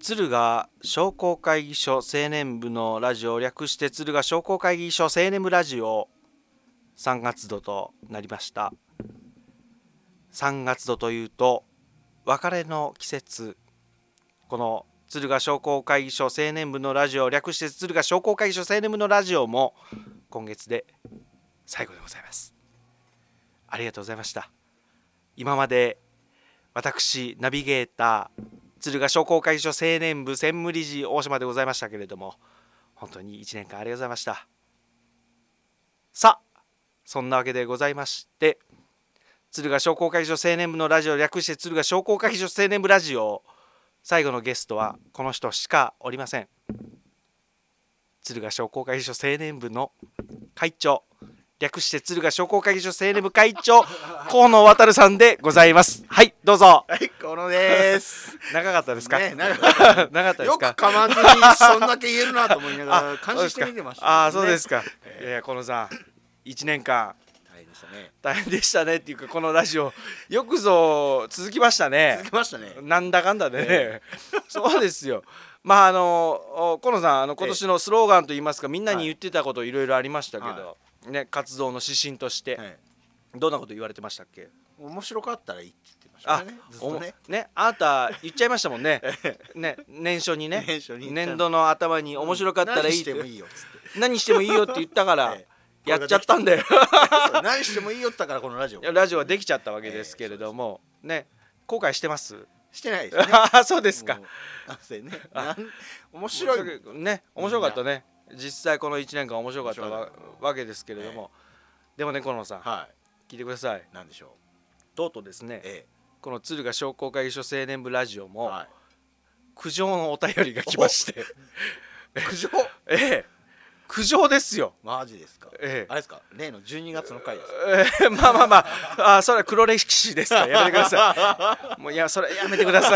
敦賀商工会議所青年部のラジオ略して敦賀商工会議所青年部ラジオ3月度となりました3月度というと別れの季節この敦賀商工会議所青年部のラジオ略して敦賀商工会議所青年部のラジオも今月で最後でございますありがとうございました今まで私ナビゲーター敦賀商工会議所青年部専務理事大島でございましたけれども本当に1年間ありがとうございましたさあそんなわけでございまして敦賀商工会議所青年部のラジオ略して敦賀商工会議所青年部ラジオ最後のゲストはこの人しかおりません敦賀商工会議所青年部の会長略して敦賀商工会議所青年部会長河野渉さんでございますはいどうぞはい、このです。長かった ですか、ね、な んか長かったでよすくか噛まずにそんだけ言えるなと思いながら感心して見てました、。ああそうですすか、いやいや河野さん1年間大変でしたね。大変でしたねっていうかこのラジオ よくぞ続きましたね続きましたね。なんだかんだでね、え そうですよまああのお河野さんあの今年のスローガンといいますかみんなに言ってたこといろいろありましたけど、はね、活動の指針として、はい。どんなこと言われてましたっけ面白かったらいいって言ってましたあね。ずっおともね。ねあなた言っちゃいましたもん ねね年初にね年初に年度の頭に面白かったらいいっ何しててもいいよっつって。何してもいいよって言ったか ら、ええやっちゃったんだよそう何してもいいよって言ったからこのラジオい。や ラジオはできちゃったわけですけれども、ね後悔してますしてないですね。ああ そう ですかもう。なんせね。なん面白い。ね面白かったね実際この1年間面白かったわ面白かったわけですけれども、でもね河野さん、は聞いてくださいい。なんでしょとうとうですねう。えこの敦賀商工会議所青年部ラジオえ。も、はい。苦情のお便りが来まして苦情。 ええ苦情ですよマジですか。ええあれですか。例の12月の回ですか。えーまあまあまああーそれは黒歴史ですからやめてくださいもういやそれやめてください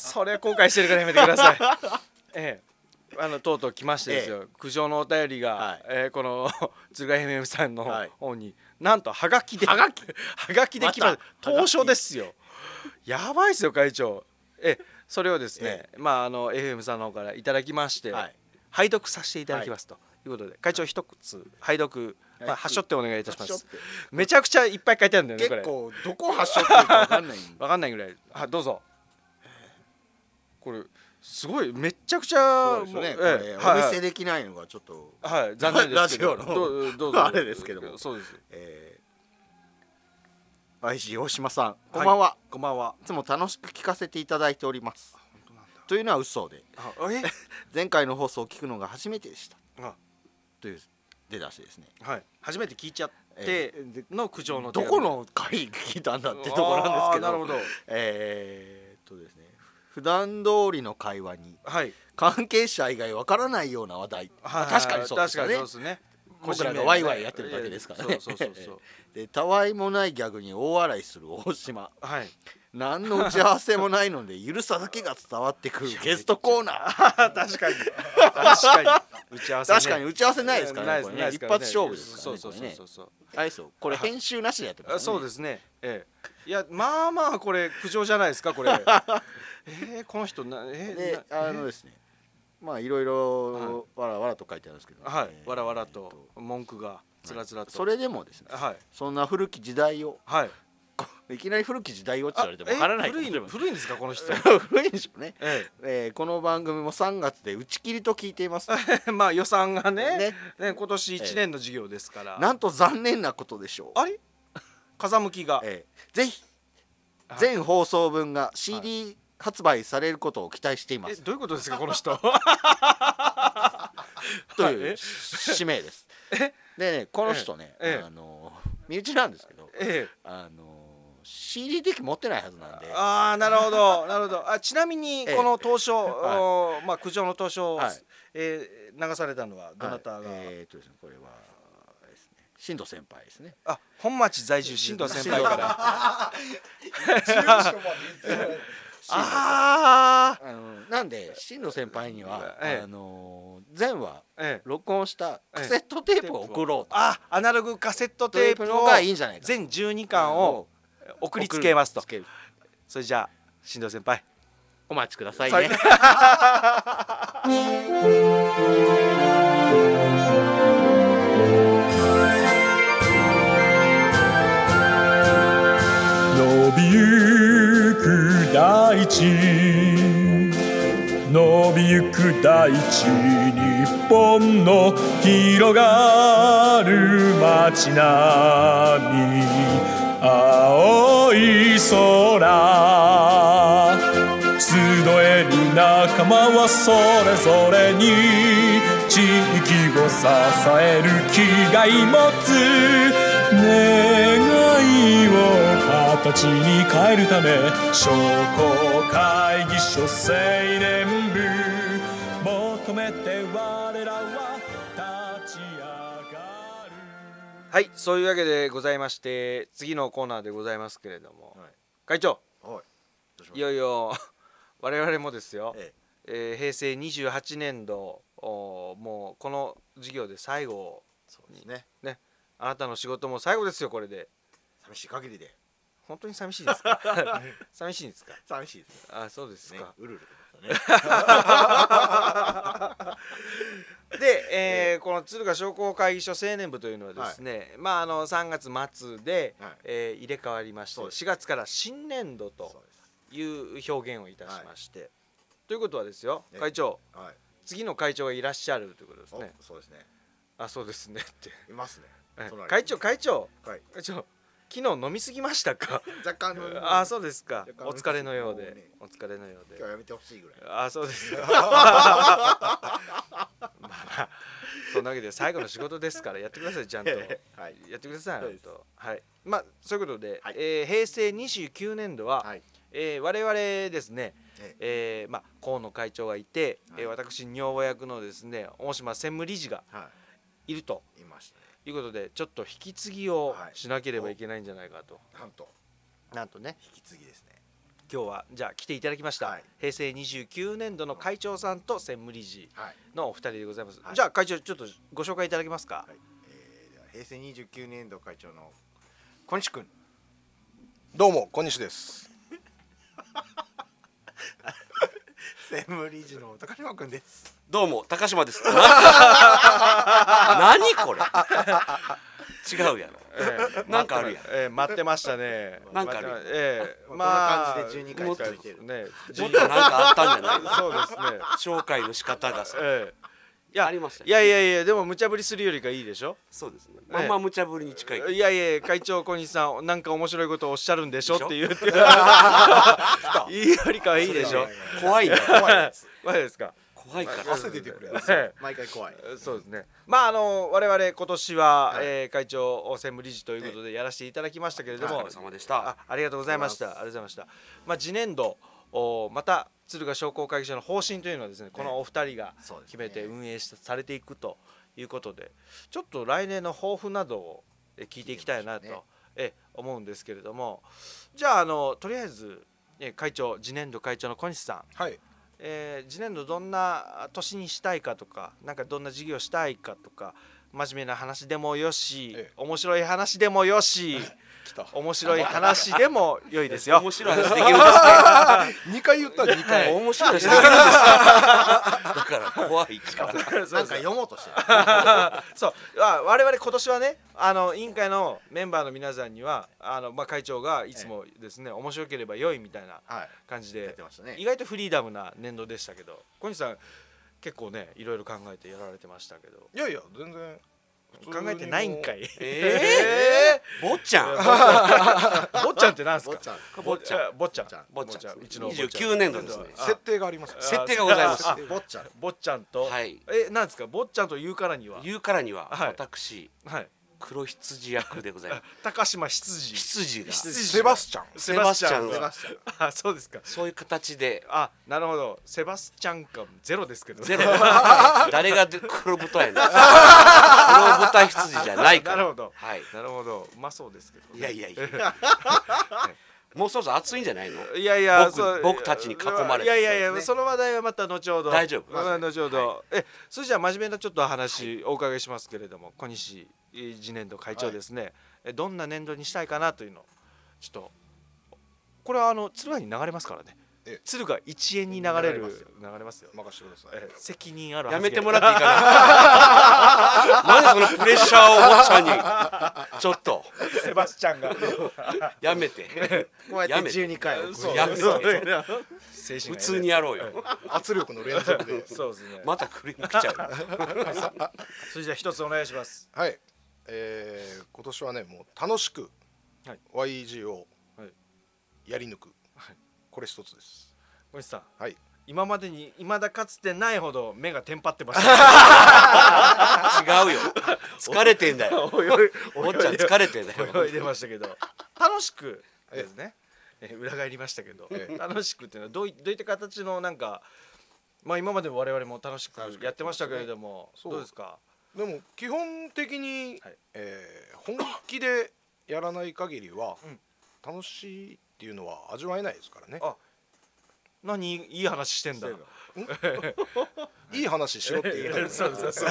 それは後悔してるからやめてくださいええあのとうとう来ましてですよ、苦情のお便りが、はいえーこの鶴ヶ FM さんのはい方に、なんとはがきではがきで来ましまたたはが当き初ですよやばいですよ会長ええそれをですね、まああの FM さんの方からいただきまして、はい拝読させていただきますということで、会長一つ拝読、まあ、はい端折ってお願いいたしま端す折ってめちゃくちゃいっぱい書いてあるんだよねこれ結構どこ発祥っていうかわかんないんで。わかんないぐらいあどうぞこれすごいめっちゃくちゃそうですよね。もこうれええお見はいせできないのがちょっと。はい、はい、残念ですけどラジオのどうどうぞ あれですけどもそうですえー、愛知大島さんこんばんは、、こんばんはいつも楽しく聞かせていただいておりますというのは嘘であ え前回の放送を聞くのが初めてでしたあという出だしですねはい初めて聞いちゃっえてーでの苦情の手ど紙この回聞いたんだってとこなんですけどあーなるほどえー、っとですね普段通りの会話にはい関係者以外わからないような話題、はいまあ確かにそうですよ確かねにそうですね僕らがワイワイやってるだけですからねそうそうそうそうでたわいもないギャグに大笑いする大島はい何の打ち合わせもないのでゆるさだけが伝わってくる ゲストコーナー確かに確かに打ち合わせね確かに打ち合わせないですからねこれねない一です発勝負ですそからうねそうそうこれねそうそうあれですよこれ編集なしでやってますあそうすですね。ええ、いやまあまあこれ苦情じゃないですか これ。えー、この人なえーでなあのですねまあいろいろわらわらと書いてあるんですけどはい、えーわらわらと文句がつらつらと。それでもですねはいそんな古き時代を はい。いきなり古き時代をってあ言われてもわからないえ古いの古い古いんですかこの 人。古いでしょうねえ えーこの番組も3月で打ち切りと聞いてい ますえ、まあ予算がねねね今年一年の事業ですから。なんと残念なことでしょうあ れ風向きが。えーぜひはい全放送分が CD 発売されることを期待していまえすどういうことですかこの 人。とはいいうえ使 命です。でねこの人ね、ええあの身内なんですけど、ええ。あの CD 的持ってないはずなんで、ああなるほ どなるほどあちなみにええこの当初、はおいまあ苦情の当初、はいえー流されたのはどなたが、はいえーっとですねこれはあれですね新藤先輩ですね。あ本町在住新藤先輩から あああのなんで新藤先輩には、ええあの前話ええ録音したカセットテープを送ろうと。あアナログカセットテープテープをのがいいんじゃないか全12巻を送りつけますと送りつけるそれじゃあ新藤先輩お待ちくださいね。伸びゆく大地伸びゆく大地日本の広がる街並み青い空集える仲間はそれぞれに地域を支える気概持つ願いを形に変えるため商工会議所青年部求めて我らは立ち上がるはいそういうわけでございまして次のコーナーでございますけれども、はい会長はいどうしまいしょよういよ 我々もですよ、ええー平成28年度おーもうこの授業で最後そうですねあなたの仕事も最後ですよこれで寂しい限りで本当に寂しい ですか寂しいんですか寂しいですあそうですねか、うるうると で、えーこの敦賀商工会議所青年部というのはですね、まああの3月末で、はいえー入れ替わりましてそうです4月から新年度とそうですいう表現をいたしまして、ということはですよええ会長はい次の会長がいらっしゃるということですおねそうですねあそうですねっていますねえ隣に会長会長はい会長昨日飲みすぎましたか若干のあそうですか若干お疲れのようもうでねお疲れのようで今日はやめてほしいぐらいあそう ですかまあまあそんなわけで最後の仕事ですからやってくださいちゃんと はいやってくださいそうです本当はいまあそういうことで、はいえー平成29年度は、はいえー我々ですね、ええーまあ、河野会長がいて、えーはい私女房役のですね大島専務理事がはいるといいましたねいうことでちょっと引き継ぎをはいしなければいけないんじゃないかと、なんとなんとね引き継ぎですね今日はじゃあ来ていただきました、はい平成29年度の会長さんと専務理事はいのお二人でございます、はいじゃあ会長ちょっとご紹介いただけますか、はい、えー、では平成29年度会長の小西君どうも小西 です専務理事の高島君ですどうも高島です。何これ。違うやろ。なんかあるやん。えー待ってましたねなんかあるよ待ってまええこんなまあ感じで12回続いてるもっとねもっとなんかあったんじゃないの。そうですね紹介の仕方がさ。ええいやありましたねいやいやいやでも無茶ぶりするよりかいいでしょそうですね。まあまあ無茶ぶりに近い。いやいやいや会長小西さんなんか面白いことをおっしゃるんでしょでしょって言う 言うよりかはいいでしょ怖いね。怖い やつマジですか怖いから。汗出てくるやつええ毎回怖いそうですね。まああの我々今年は、はいえー会長を専務理事ということでやらせていただきましたけれどおも、疲れ様でしたあ。ありがとうございました。ありがとうございました。まあ次年度おまた敦賀商工会議所の方針というのはですね、このお二人がそうですね決めて運営しされていくということで、ちょっと来年の抱負などをえ聞いていきたいなと、聞いてみまえ思うんですけれども、じゃああのとりあえず、え会長次年度会長の小西さん。はいえー次年度どんな年にしたいかとかなんかどんな事業したいかとか真面目な話でもよし、ええ面白い話でもよし来た面白い話でも良いですよ面白い話できるんです2回言った 2ね。回面白い話できるんです。だから怖いから。なんか読もうとしてるそうあ我々今年はねあの委員会のメンバーの皆さんにはあの、まあ、会長がいつもですね、面白ければ良いみたいなはい感じやっでて、ましたね意外とフリーダムな年度でしたけど小西さん結構ねいろいろ考えてやられてましたけどいやいや全然普通考にえてないんかいええ。坊ちゃん。坊っちゃんってなんす坊かちゃん坊ちゃん。ん坊ちゃん坊ちゃん。うちの坊二ちゃ十ん九年度ですね。設定があります設定がございます。あ坊ちゃん坊っちゃんとはいえなんですか坊っちゃんと言うからには言うからにははい私はい黒羊役でございます。高島羊 羊が羊セバスチャンセバスチャンセバスチャンがあそうですかそういう形であなるほどセバスチャン感ゼロですけどゼね ロ誰がで黒豚 やねん黒豚羊じゃないから なるほどはいなるほどうまそうですけどいねやいやいや もうそろそろ暑いんじゃないのいやいや僕そう僕たちに囲まれていやいやいねやその話題はまた後ほど大丈夫まあ後ほど、えそれじゃあ真面目なちょっと話お伺いしますけれども、小西えー次年度会長ですね、えどんな年度にしたいかなというのをちょっとこれはあの鶴ヶに流れますからねええ鶴が一円に流れる流れますよ流れますよ任してください、え責任あるやめてもららっていいかななんでそのプレッシャーをお坊ちゃんにちょっと えセバスチャン がやめてこうやってやめて12回そうやめて精神普が通にやろうよ圧力の連続でそうですね、またクリーム来ちゃうそれじゃあ一つお願いしますはい、えー、今年はねもう楽しくはい YG をはいやり抜く、はいこれ一つです小西さんはい今までに未だかつてないほど目がテンパってました 違うよ疲れてんだよおっちゃん疲れてんだよ泳いでましたけど楽しくですねえー裏返りましたけどええ楽しくっていうのはどういどういった形のなんかまあ今まで我々も楽しくやってましたけれどもそうどうですかでも基本的に、はいえー本気でやらない限りは、うん楽しいっていうのは味わえないですからねあ何いい話してんだいい話しろっ て言うたのにそうそうそう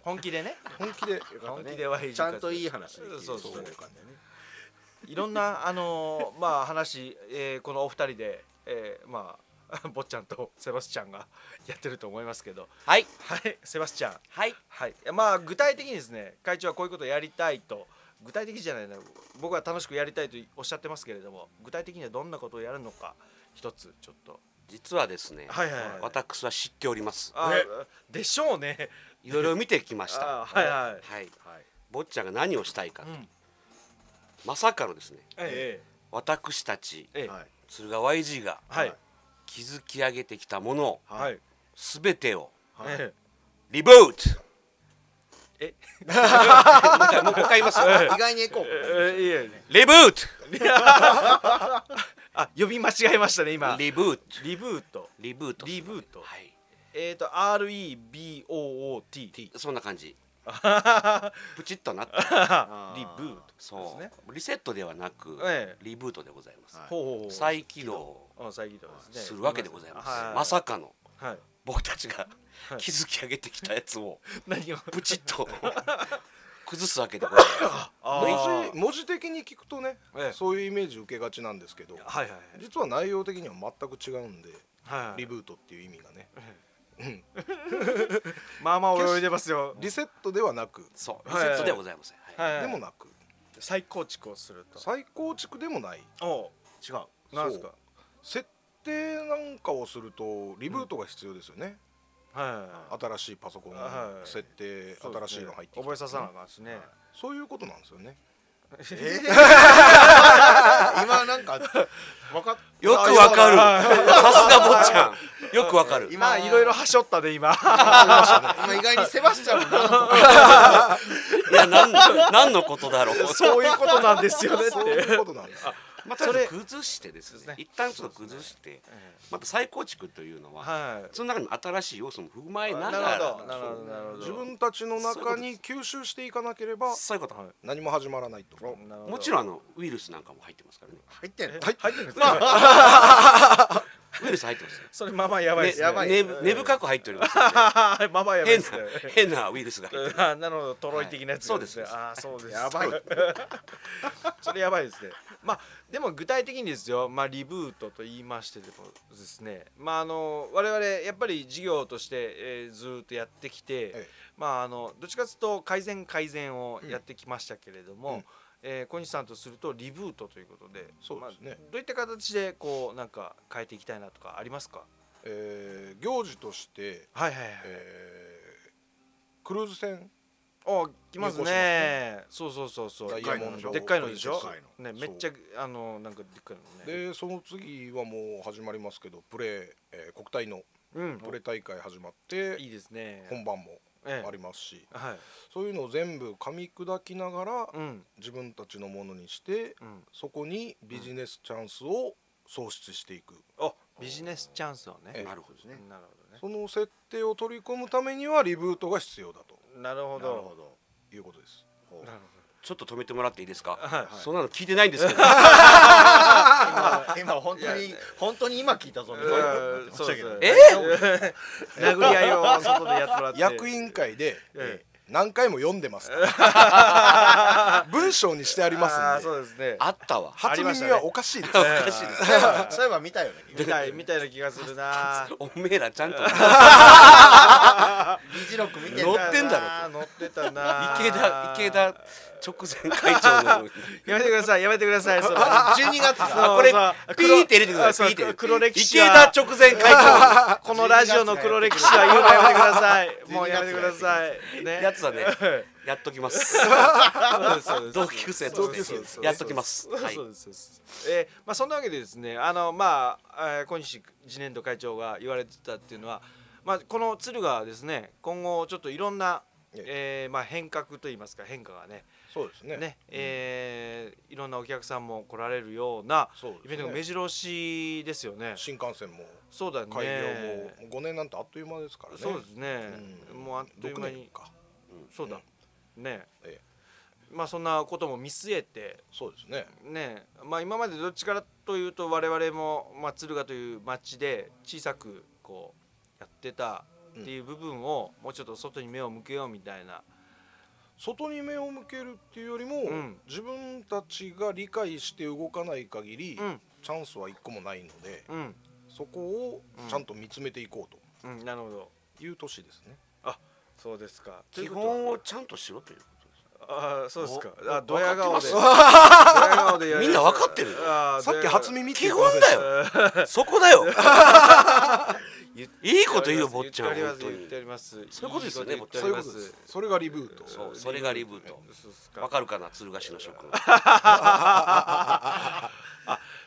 本気でね本気で本気で YG ちゃんといい話そうそうそうそういろんなあのーまあ話、えーこのお二人で、えーまあ坊ちゃんとセバスチャンがやってると思いますけどはいはいセバスチャンはいはいまあ具体的にですね会長はこういうことやりたいと具体的じゃないな僕は楽しくやりたいとおっしゃってますけれども具体的にはどんなことをやるのか一つちょっと実はですねはいはいはい私は知っておりますあーでしょうねいろいろ見てきましたあーはいはいはい坊ちゃんが何をしたいかうんまさかのですねえ私たちえええはい鶴川 YG がはい築き上げてきたものをはい全てをはいえリボートえ もう一回もう一回言います意外にエコーえいえリブーあ呼び間違えましたねト今リブートリブートリブートリブートはいえー、と REBOOT リそんな感じプチッとなった ブートそですうリセットではなくええリブートでございますはいほうほうほう再起動うん再起動ですねするわけでございますはいまさかのはい僕たちがはい築き上げてきたやつ を何をプチッと 崩すわけでございまあー文字文字的に聞くとね、ええそういうイメージ受けがちなんですけどはいはい実は内容的には全く違うんで、はいはいリブートっていう意味がねまあまあ泳いでますよリセットではなく、すそうリはセいットではございませんはいはいでもなく再構築をすると再構築でもないお違ううなんですか設定なんかをするとリブートが必要ですよね、はいはいはい新しいパソコンのはい設定、そうですね新しいの入ってきて覚えさせなあかんしねそういうことなんですよね 今なんか分かっよくわかるさすが坊ちゃんよくわかるまあいろいろはしょったで今今意外にセバスチャンもなんかいや何何のことだろう そういうことなんですよねってそういうことなんですまあ、そそれれ崩してですそうですねね一旦ちょっと崩して、ええまた再構築というのは、はいその中に新しい要素も踏まえながなるらほどなるほどなるほど自分たちの中に吸収していかなければそういうこと、は何も始まらないとなるほどもちろんあのウイルスなんかも入ってますからね入ってんの入ってるんですか ウイルス入ってますよそれまあまあ やばいですねやばいねね根深く入っておりますのでまあまあやばいで変なすね変なウイルスが入ってるあなるほどトロイ的なやつがはいそうですあーそうです やばいそれやばいですねまあでも具体的にですよまあリブートと言いましてでもですねまああの我々やっぱり事業として、えーずーっとやってきて、えまああのどっちかというと改善改善をやってきましたけれども、うんえー小西さんとするとリブートということでそうですねまあどういった形でこうなんか変えていきたいなとかありますかえー行事として、はいはいはい、えークルーズ船あ来ますね入港しますねそうそうそうそうダイヤモンドでっかいのでしょでっかいねのめっちゃあのなんかでっかいのねでその次はもう始まりますけどプレー、えー国体のうんプレー大会始まっていいですね本番もええありますしはいそういうのを全部噛み砕きながらうん自分たちのものにしてうんそこにビジネスチャンスを創出していくあビジネスチャンスをねええなるほどねなるほどねその設定を取り込むためにはリブートが必要だとなるほなるほどどいうことですなるちょっと止めてもらっていいですか、はいそんなの聞いてないんですけ ど今今本当に本当に今聞いたぞみたいなほどそうそう え殴り合いを外でやってもらって役員会でええ何回も読んでますから 文章にしてありあまーすんでそうですねあったわ初ありました耳ねはおかしいです、ね、かしいですそういえばそういえば見たよねみたいみたいな気がするなおめえらちゃんと議事録見て 乗ってんだろ乗ってたな 池田池田直前会長のやめてくださいやめてくださいその12月そがのこれさピーって入れてくださそういピーって黒歴史池田は直前会長このラジオの黒歴史は言うのやめてくださ いもうやめてくださいねやつだねやっときます同級生とそうでしすてやっときますはいそうですそうですえーまあそんなわけでですねあのまあ、えー、小西次年度会長が言われてたっていうのはまあこの鶴がですね今後ちょっといろんな、えーまあ変革といいますか変化がねそうですねね、えーいろんなお客さんも来られるようなそうですねイベントが目白押しですよね。新幹線もそうだね。開業も5年なんてあっという間ですからねそうですね。もうあっという間6年に、かそうだ、ね、ええまあそんなことも見据えてそうですねねまあ今までどっちからというと我々も、まあ、敦賀という町で小さくこうやってたっていう部分を、もうちょっと外に目を向けようみたいな外に目を向けるっていうよりも、うん自分たちが理解して動かない限り、うんチャンスは一個もないのでうん、そこをうんちゃんと見つめていこううん、なるほどという年ですね、そうですか基本をちゃんとしろというああそうですかおあドヤ顔でド分ヤ顔でやるみんな分かってるよああさっき初ドヤ耳っ基て言って本ませんでだしたよそこだよいいこと言うよ坊ちゃん言ってあります本当言っにてありますそういうことですよねいいこと言そっうてあいうりまことですそれがリブートそうそれがリブートそうっすわかかるかな鶴ヶ市の諸君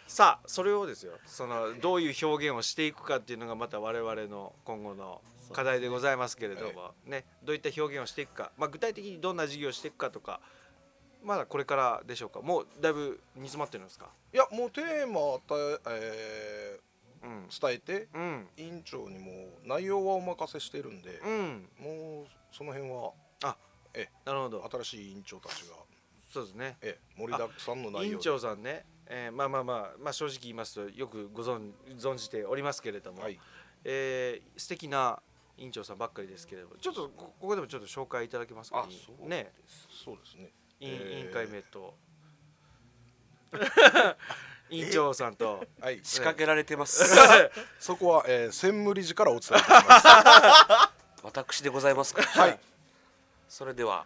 さあそれをですよそのどういう表現をしていくかっていうのがまた我々の今後の課題でございますけれどもねどういった表現をしていくかまあ具体的にどんな事業をしていくかとかまだこれからでしょうかもうだいぶ煮詰まってるんですかいやもうテーマを与ええうんー伝えてうん委員長にもう内容はお任せしてるんで、うんもうその辺はあえなるほど新しい委員長たちが、そうですねえ盛りだくさんの内容で委員長さんね、えーまあまあまあ、まあ、正直言いますとよくご存存じておりますけれども、はいえー素敵な委員長さんばっかりですけれどもちょっとこここでもちょっと紹介いただけますかあそうねそうですね委員えー委員会名と 委員長さんとはい仕掛けられてますそこは、えー、専務理事からお伝えします。私でございますか。はい。 それでは、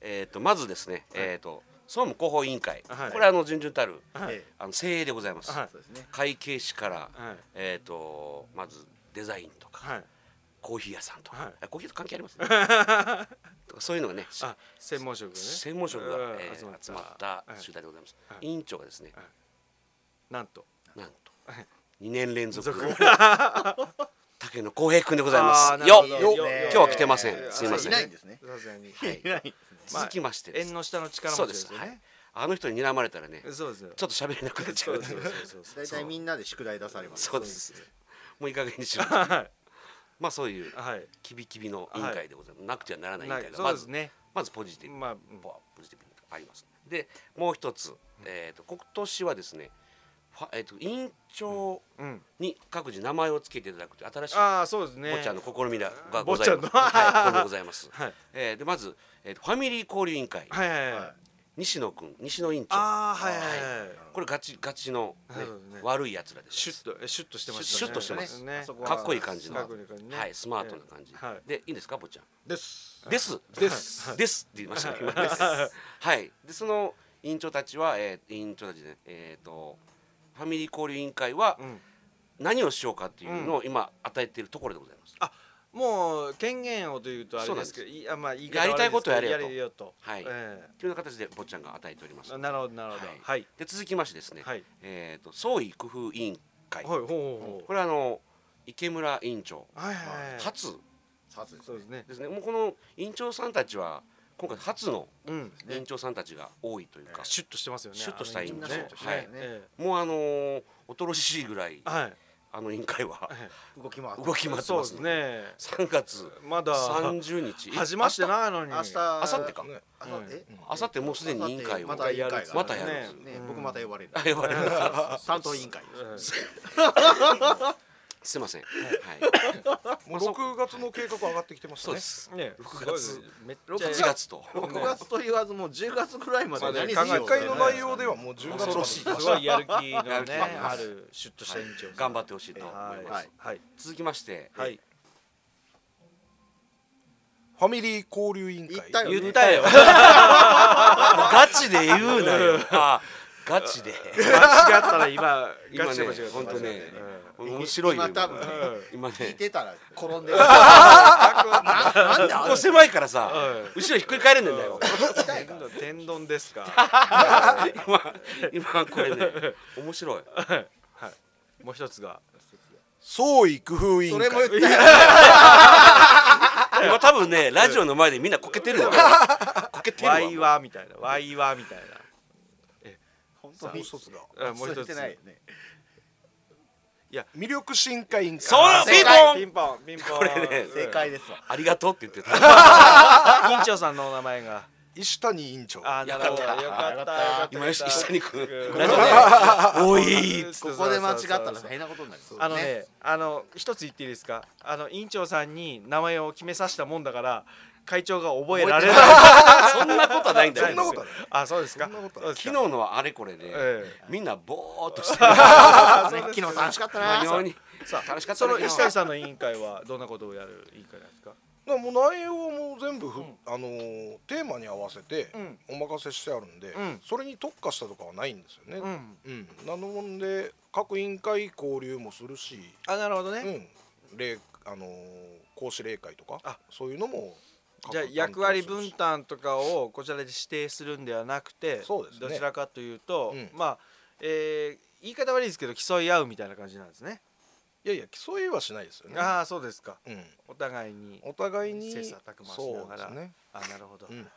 えっ、とまずですね、えっ、と総務広報委員会、はいこれあの準々たる、はいあの精鋭でございます。はいそうですね会計士から、はいえっ、とまずデザインとか、はいコーヒー屋さんとか、はいあコーヒーと関係あります、 ね、とかそういうのがね。あ専門職ね専門職が、うんえー集まったはい集団でございます、はい委員長がですね、はなんとなんと2年連続続竹野浩平君でござい あーなまするよほっどよよね今日は来てませんすいませんいないんですねさすがにはいいないまあ続きましてです縁の下の力持そうちでですすよねはい、あの人に睨まれたらねちょっそうですよと喋れなくなっちゃうそうそうそう大体みんなで宿題出されます そうですもういい加減にし ろはいまあそういうはいキビキビの委員会でございます、なくてはならない委員な会がそうまですず,、ねまずポジティブ、まあうんポポジティブにありますでもう一つ、えー、と今年はですねファえー、と委員長うんに各自名前を付けていただくという新しいああそうですね坊ちゃんの試みだが坊ござちゃいんのます。はい、これもございます。 はいえーでまず、えーとファミリー交流委員会、はいはいはいはい西野君、西野委員長。ああはいはいはいこれガチガチの、ねなるほどね悪い奴らです。シュッとえシュッとしてますシュッとしてますねそこはかっこいい感じの、かっこいい感じねはい、スマートな感じ。ええはいで、いいんですか、坊ちゃん。です。です。です。ですって言いましたね。今ですはい。で、その委員長たちは、えー、委員長たちね、えっ、と。ファミリー交流委員会はうん何をしようかっていうのを今与えているところでございます。もう権限をというとあれですけどそいやまあ言いやりたいことやれよやとれよとはいえというような形で坊ちゃんが与えておりますえ。なるほどなるほどはいはいで続きましてですね、はいえっ、と創意工夫委員会、はいほうほうこほれはあの池村委員長、うはいはいはい初さすがですそうですねですねもうこの委員長さんたちは今回初のうん委員長さんたちが多いというか、シュッとしてますよねシュッとしたいんみんでなすそうねねですはねいねもうあのー恐ろしいぐらいはいあの委員会はえ動き回って動き回ってそうまですすねね3月まだ30日始まってないのに明日は明あさってかねえあさってもうすでに委員会をまたやるまたやるねね僕また呼ばれるあ呼ばれます担当委員会いすいません。はい。もう6月の計画上がってきてますそねう ですね6月めっ六ちゃ8月と。 6月と言わずもう10月ぐらいまでまあ何ねし学よう会の内容ではもう10月恐ろしいまですごいやる気のねやる気があるシュッとした委員長頑張っててほしいと思いはいまはすい。はい続きまして、はいファミリー交流委員言っ会たよね言ったよ ガチで言うなよ。あガチで。間違ったら今今ガねチで間違った本当ね面白いよ今多分 今ね聞いてたら転んでるなんでここ狭いからさ後ろひっくり返れねえんだよ痛いかうんらうん天丼ですか 今今これね面白いはいもう一つが創意工夫委員そ会れも言ったよ今多分ねラジオの前でみんなこけてるわこけてるわワイワーみたいなワイワーみたい本当もうに一つがなうんもう一忘れつてないよね魅力深化委員会そう正ピピンポンポンンピンポンこれねうん正解ですわありがとうって言ってた委員長さんのお名前が石谷委員長あーなるほどよかったよかった今よし石谷君うんラジオでお いここで間違ったら変なことになりそうあのねあの一つ言っていいですかあの委員長さんに名前を決めさせたもんだから会長が覚えられない そんなことはないんだよそんなことはないあそうですかそうです昨か日のあれこれでええみんなぼーっとしてるあね昨日楽しかったな非常にさ楽しかったそねの石谷さんの委員会はどんなことをやる委員会なんですかだからもう内容も全部ふ、あのーテーマに合わせてうんお任せしてあるんで、うんそれに特化したとかはないんですよね。うんうんなので各委員会交流もするし、あなるほどうねん、例あのー講師例会とかあそういうのも各じゃあ担当するし役割分担とかをこちらで指定するんではなくてそうですねどちらかというとうんまあえー言い方悪いですけど競い合うみたいな感じなんですねいやいや競いはしないですよね。ああそうですかうん、お互いにお互いに切磋琢磨しながらそうですね。あなるほどうん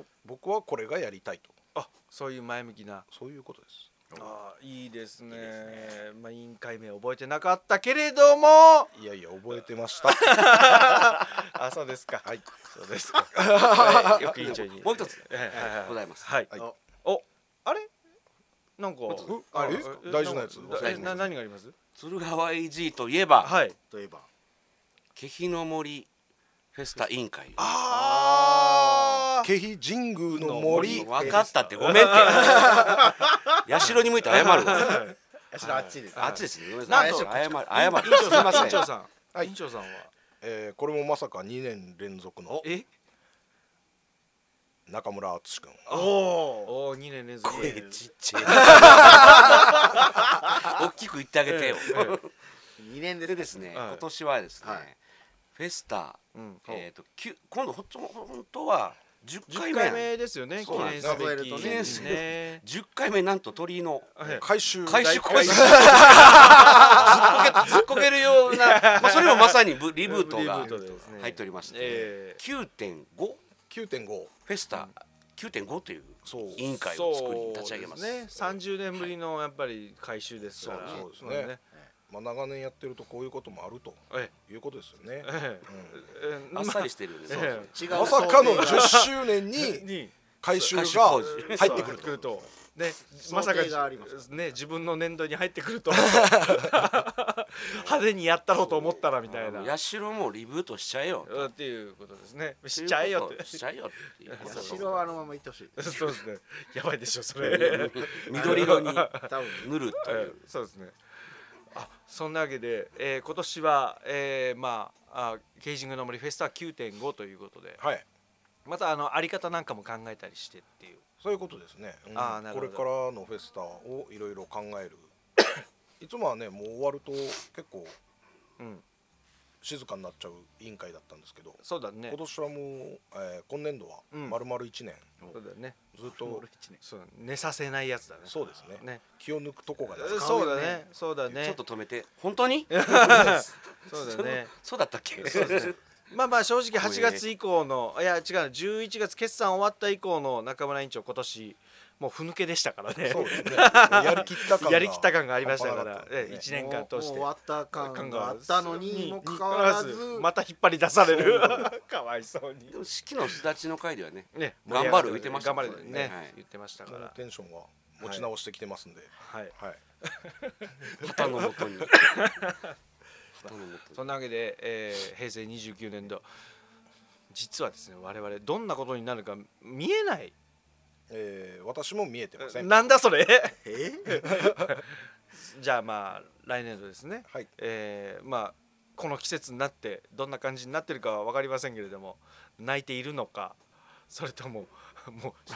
お僕はこれがやりたいとあそういう前向きなそういうことです。あーいいですねまあ、委員会名覚えてなかったけれどもいやいや覚えて ました。あそうですかはいそうです か、はい、よく委員長にもう一つはいはいはいございますはい、はいおあれなんかうああれえ大事なやつだえな何があります鶴川 AG といえばはいといえば気比の森フェスタ委員会あケヒ神宮の森森分かったってごめんって社に向いて謝るわ私のあっちですあっちですねごめんなさいなんと謝る謝さんるすい委ま員せん長さん、はい委員長さんはえーこれもまさか2年連続のえ中村敦君おおおー二年連続声でちっちゃい大きく言ってあげてよ2年でですですねはい今年はですねはいフェスタうんえーときゅ今度ほんと本当は十10回回目目ですよね記そうなんで念すすべ数えるときね記念すべきね10回目なんと鳥居のはい回収回収大回収ずっこけずっこけるようなまあそれもまさにブリブートがリブートですね入っておりまして、ええ9.5 9.5フェスタ9.5というそう委員会を作り立ち上げますそうでね30年ぶりのやっぱり改修ですからそうですねまあ長年やってるとこういうこともあるとえいうことですよねえ、ええあっさりしてるよねええそう違うそうまさかの10周年えにに回収が回収工事入ってくるくるとね想定まさかがありますね自分の年度に入ってくると派手にやったろうと思ったらみたいなヤシロもリブートしちゃえようんっていうことですねしちゃえよって しちゃえよっていう八代はあのまま言ってほしいそうですねやばいでしょ それ緑色に多分塗るといえうえそうですねあそんなわけで、えー今年は、えーまああケージングの森フェスタ9.5ということではいまたあのあり方なんかも考えたりしてっていうそういうことですね、うんあーなるこほれどからのフェスタをいろいろ考 えるいつもはねもう終わると結構うん静かになっちゃう委員会だったんですけどそうだね今年はもう、えー今年度はうん丸々1年そうだねずっとそう寝させないやつだねそうですねね気を抜くとこがですうんそうだねそうだねちょっと止めて本当にそうだねそう だったっけまあまあ正直8月以降のいや違う11月決算終わった以降の中村委員長今年もうふぬけでしたからねそうですね。やりきった感が。やりきった感がありましたから半端なったですねええ一年間通してもうもう終わった感があったのにもかかわらずまた引っ張り出される かわいそうにでも式のすだちの会ではねね頑張る言ってました頑も張んねるね、はい言ってましたそかのらテンションは持ち直してきてますんで。はいはい。旗のもとにそんなわけで、えー平成29年度実はですね我々どんなことになるか見えないえー私も見えてません。なんだそれえ じゃあまあ来年度ですね、はい。えーまあこの季節になってどんな感じになってるかは分かりませんけれども泣いているのかそれとも もう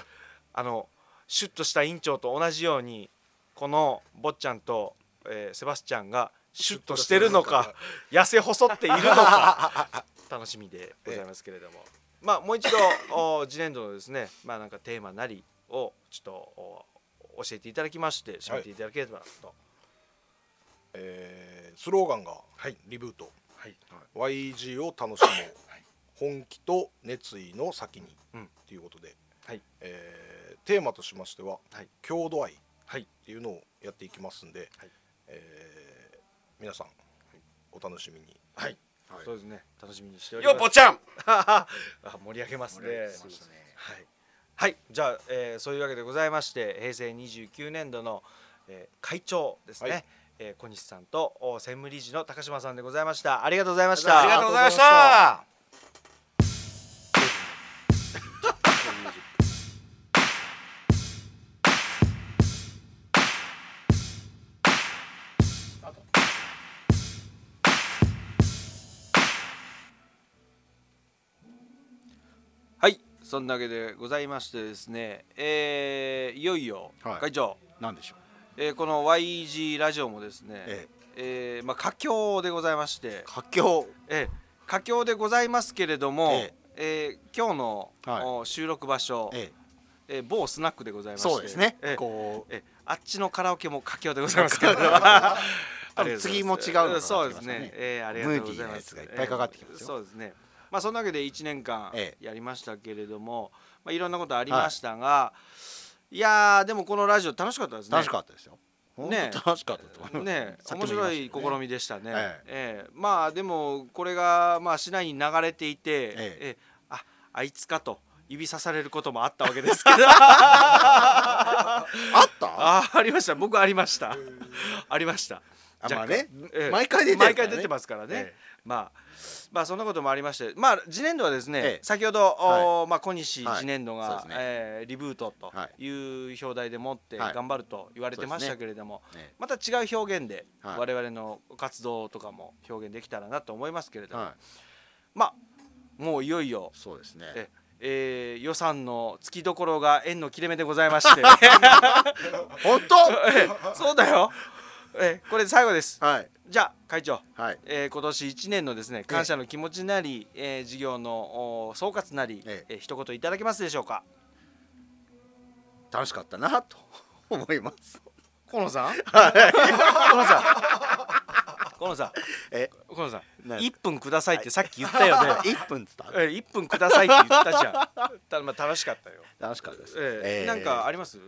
あのシュッとした院長と同じようにこの坊ちゃんと、えーセバスチャンがシュッとしてるのか痩せ細っているのか 楽しみでございますけれども、まあもう一度 お次年度のですねまあなんかテーマなりをちょっとお教えていただきまして締めていただければと、えースローガンが、リブート、はい、 YG を楽しもう、本気と熱意の先に、うんっていうことで、はいえーテーマとしましては、はい郷土愛っはいていうのをやっていきますんで、はいえー皆さん、お楽しみに。そうですね楽しみにしておりまよすっぼっちゃん あ盛り上げますね。ねはい、はい、じゃあ、えーそういうわけでございまして平成29年度の、えー会長ですね、はいえー小西さんとお専務理事の高島さんでございましたありがとうございましたありがとうございましありがとうございましたはいそんなわけでございましてですねえーいよいよはい会長、なんでしょうえーこの YG ラジオもですね、ええーまあ佳境でございまして佳境ええ佳境でございますけれども、えええ今日の、はいお収録場所、ええええ某スナックでございましてそうですねええこうええあっちのカラオケも佳境でござい ますけれども多分次も違うのかなそうです気がしますねね、ええありがとうございまムーディーなやすつがいっぱいかかってきますよええそうですねまあそんなわけで1年間えやりましたけれども、まあ、いろんなことありましたが、い、やーでもこのラジオ楽しかったですね楽しかったですよ本ね当楽しかったと思いますね、さっき面も言白いいましたけどね試みでしたね。えええまあでもこれがまあ市内に流れていて、えええああいつかと指さされることもあったわけですけど、 あった あありました。僕ありました。ありました。あまあねええ毎回出てるから毎ね回出てますからね。ええまあまあそんなこともありまして、まあ次年度はですね、ええ先ほど、おまあ小西はい次年度が、そうですねええリブートとはいう表題でもってはい頑張ると言われてましそたうですねけれども。ねまた違う表現ではい我々の活動とかも表現できたらなと思いますけれども、はいまあもういよいよ、そうですえねえー予算のつきどころが円の切れ目でございま して本当そうだよ、えこれで最後ですはいじゃあ会長、はいえー今年1年のですね感謝の気持ちなり、えー事業のお総括なり、えええー一言いただけますでしょうか楽しかったなと思います河野さんはい河野さんえ河野さん何1分くださいってさっき言ったよ ね、 1分っつったえ1分くださいって言ったじゃんたまあ楽しかったよ楽しかったですええええなんかあります？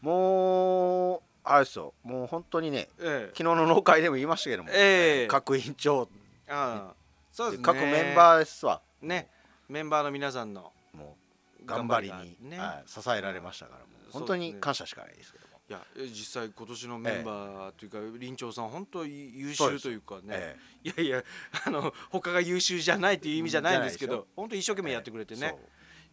もうあれですよもう本当にねえ昨日の農会でも言いましたけども、ええ各委員長、ああ、そうですね。各メンバーですわーね、メンバーの皆さんのもう頑張りがに、ね、はい、支えられましたからもう本当に感謝しかないですけども、いやえ実際今年のメンバーというか、林長さん本当に優秀というかね、えいやいやあの他が優秀じゃないという意味じゃないんですけじゃないど、本当一生懸え命やってくれてね、そう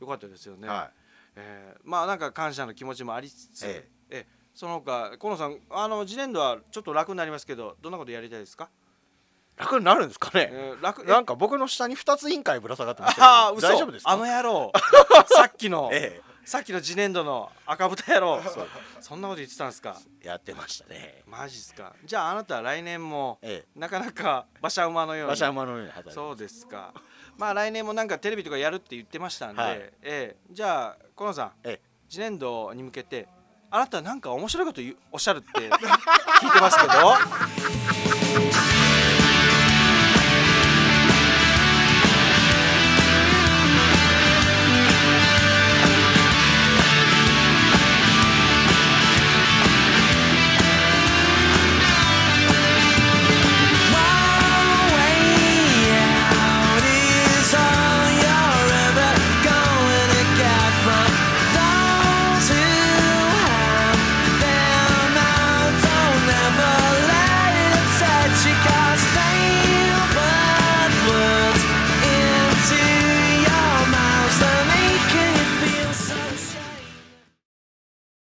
よかったですよね。はええまあなんか感謝の気持ちもありつつ、えええその他河野さんあの次年度はちょっと楽になりますけどどんなことやりたいですか？い、楽になるんですかね、えー楽なんか僕の下に2つ委員会ぶら下がってましたああけ嘘ど大丈夫ですかあの野 郎さっきの、えさっきの次年度の赤豚野郎そんなこと言ってたんですかえやってましたねマジっすかじゃああなたは来年も、えなかなか馬車馬のえように馬車馬のように働いてそうですかまあ来年もなんかテレビとかやるって言ってましたんで、はいええじゃあ河野さん、ええ次年度に向けてあなたなんか面白いこと言うおっしゃるって聞いてますけど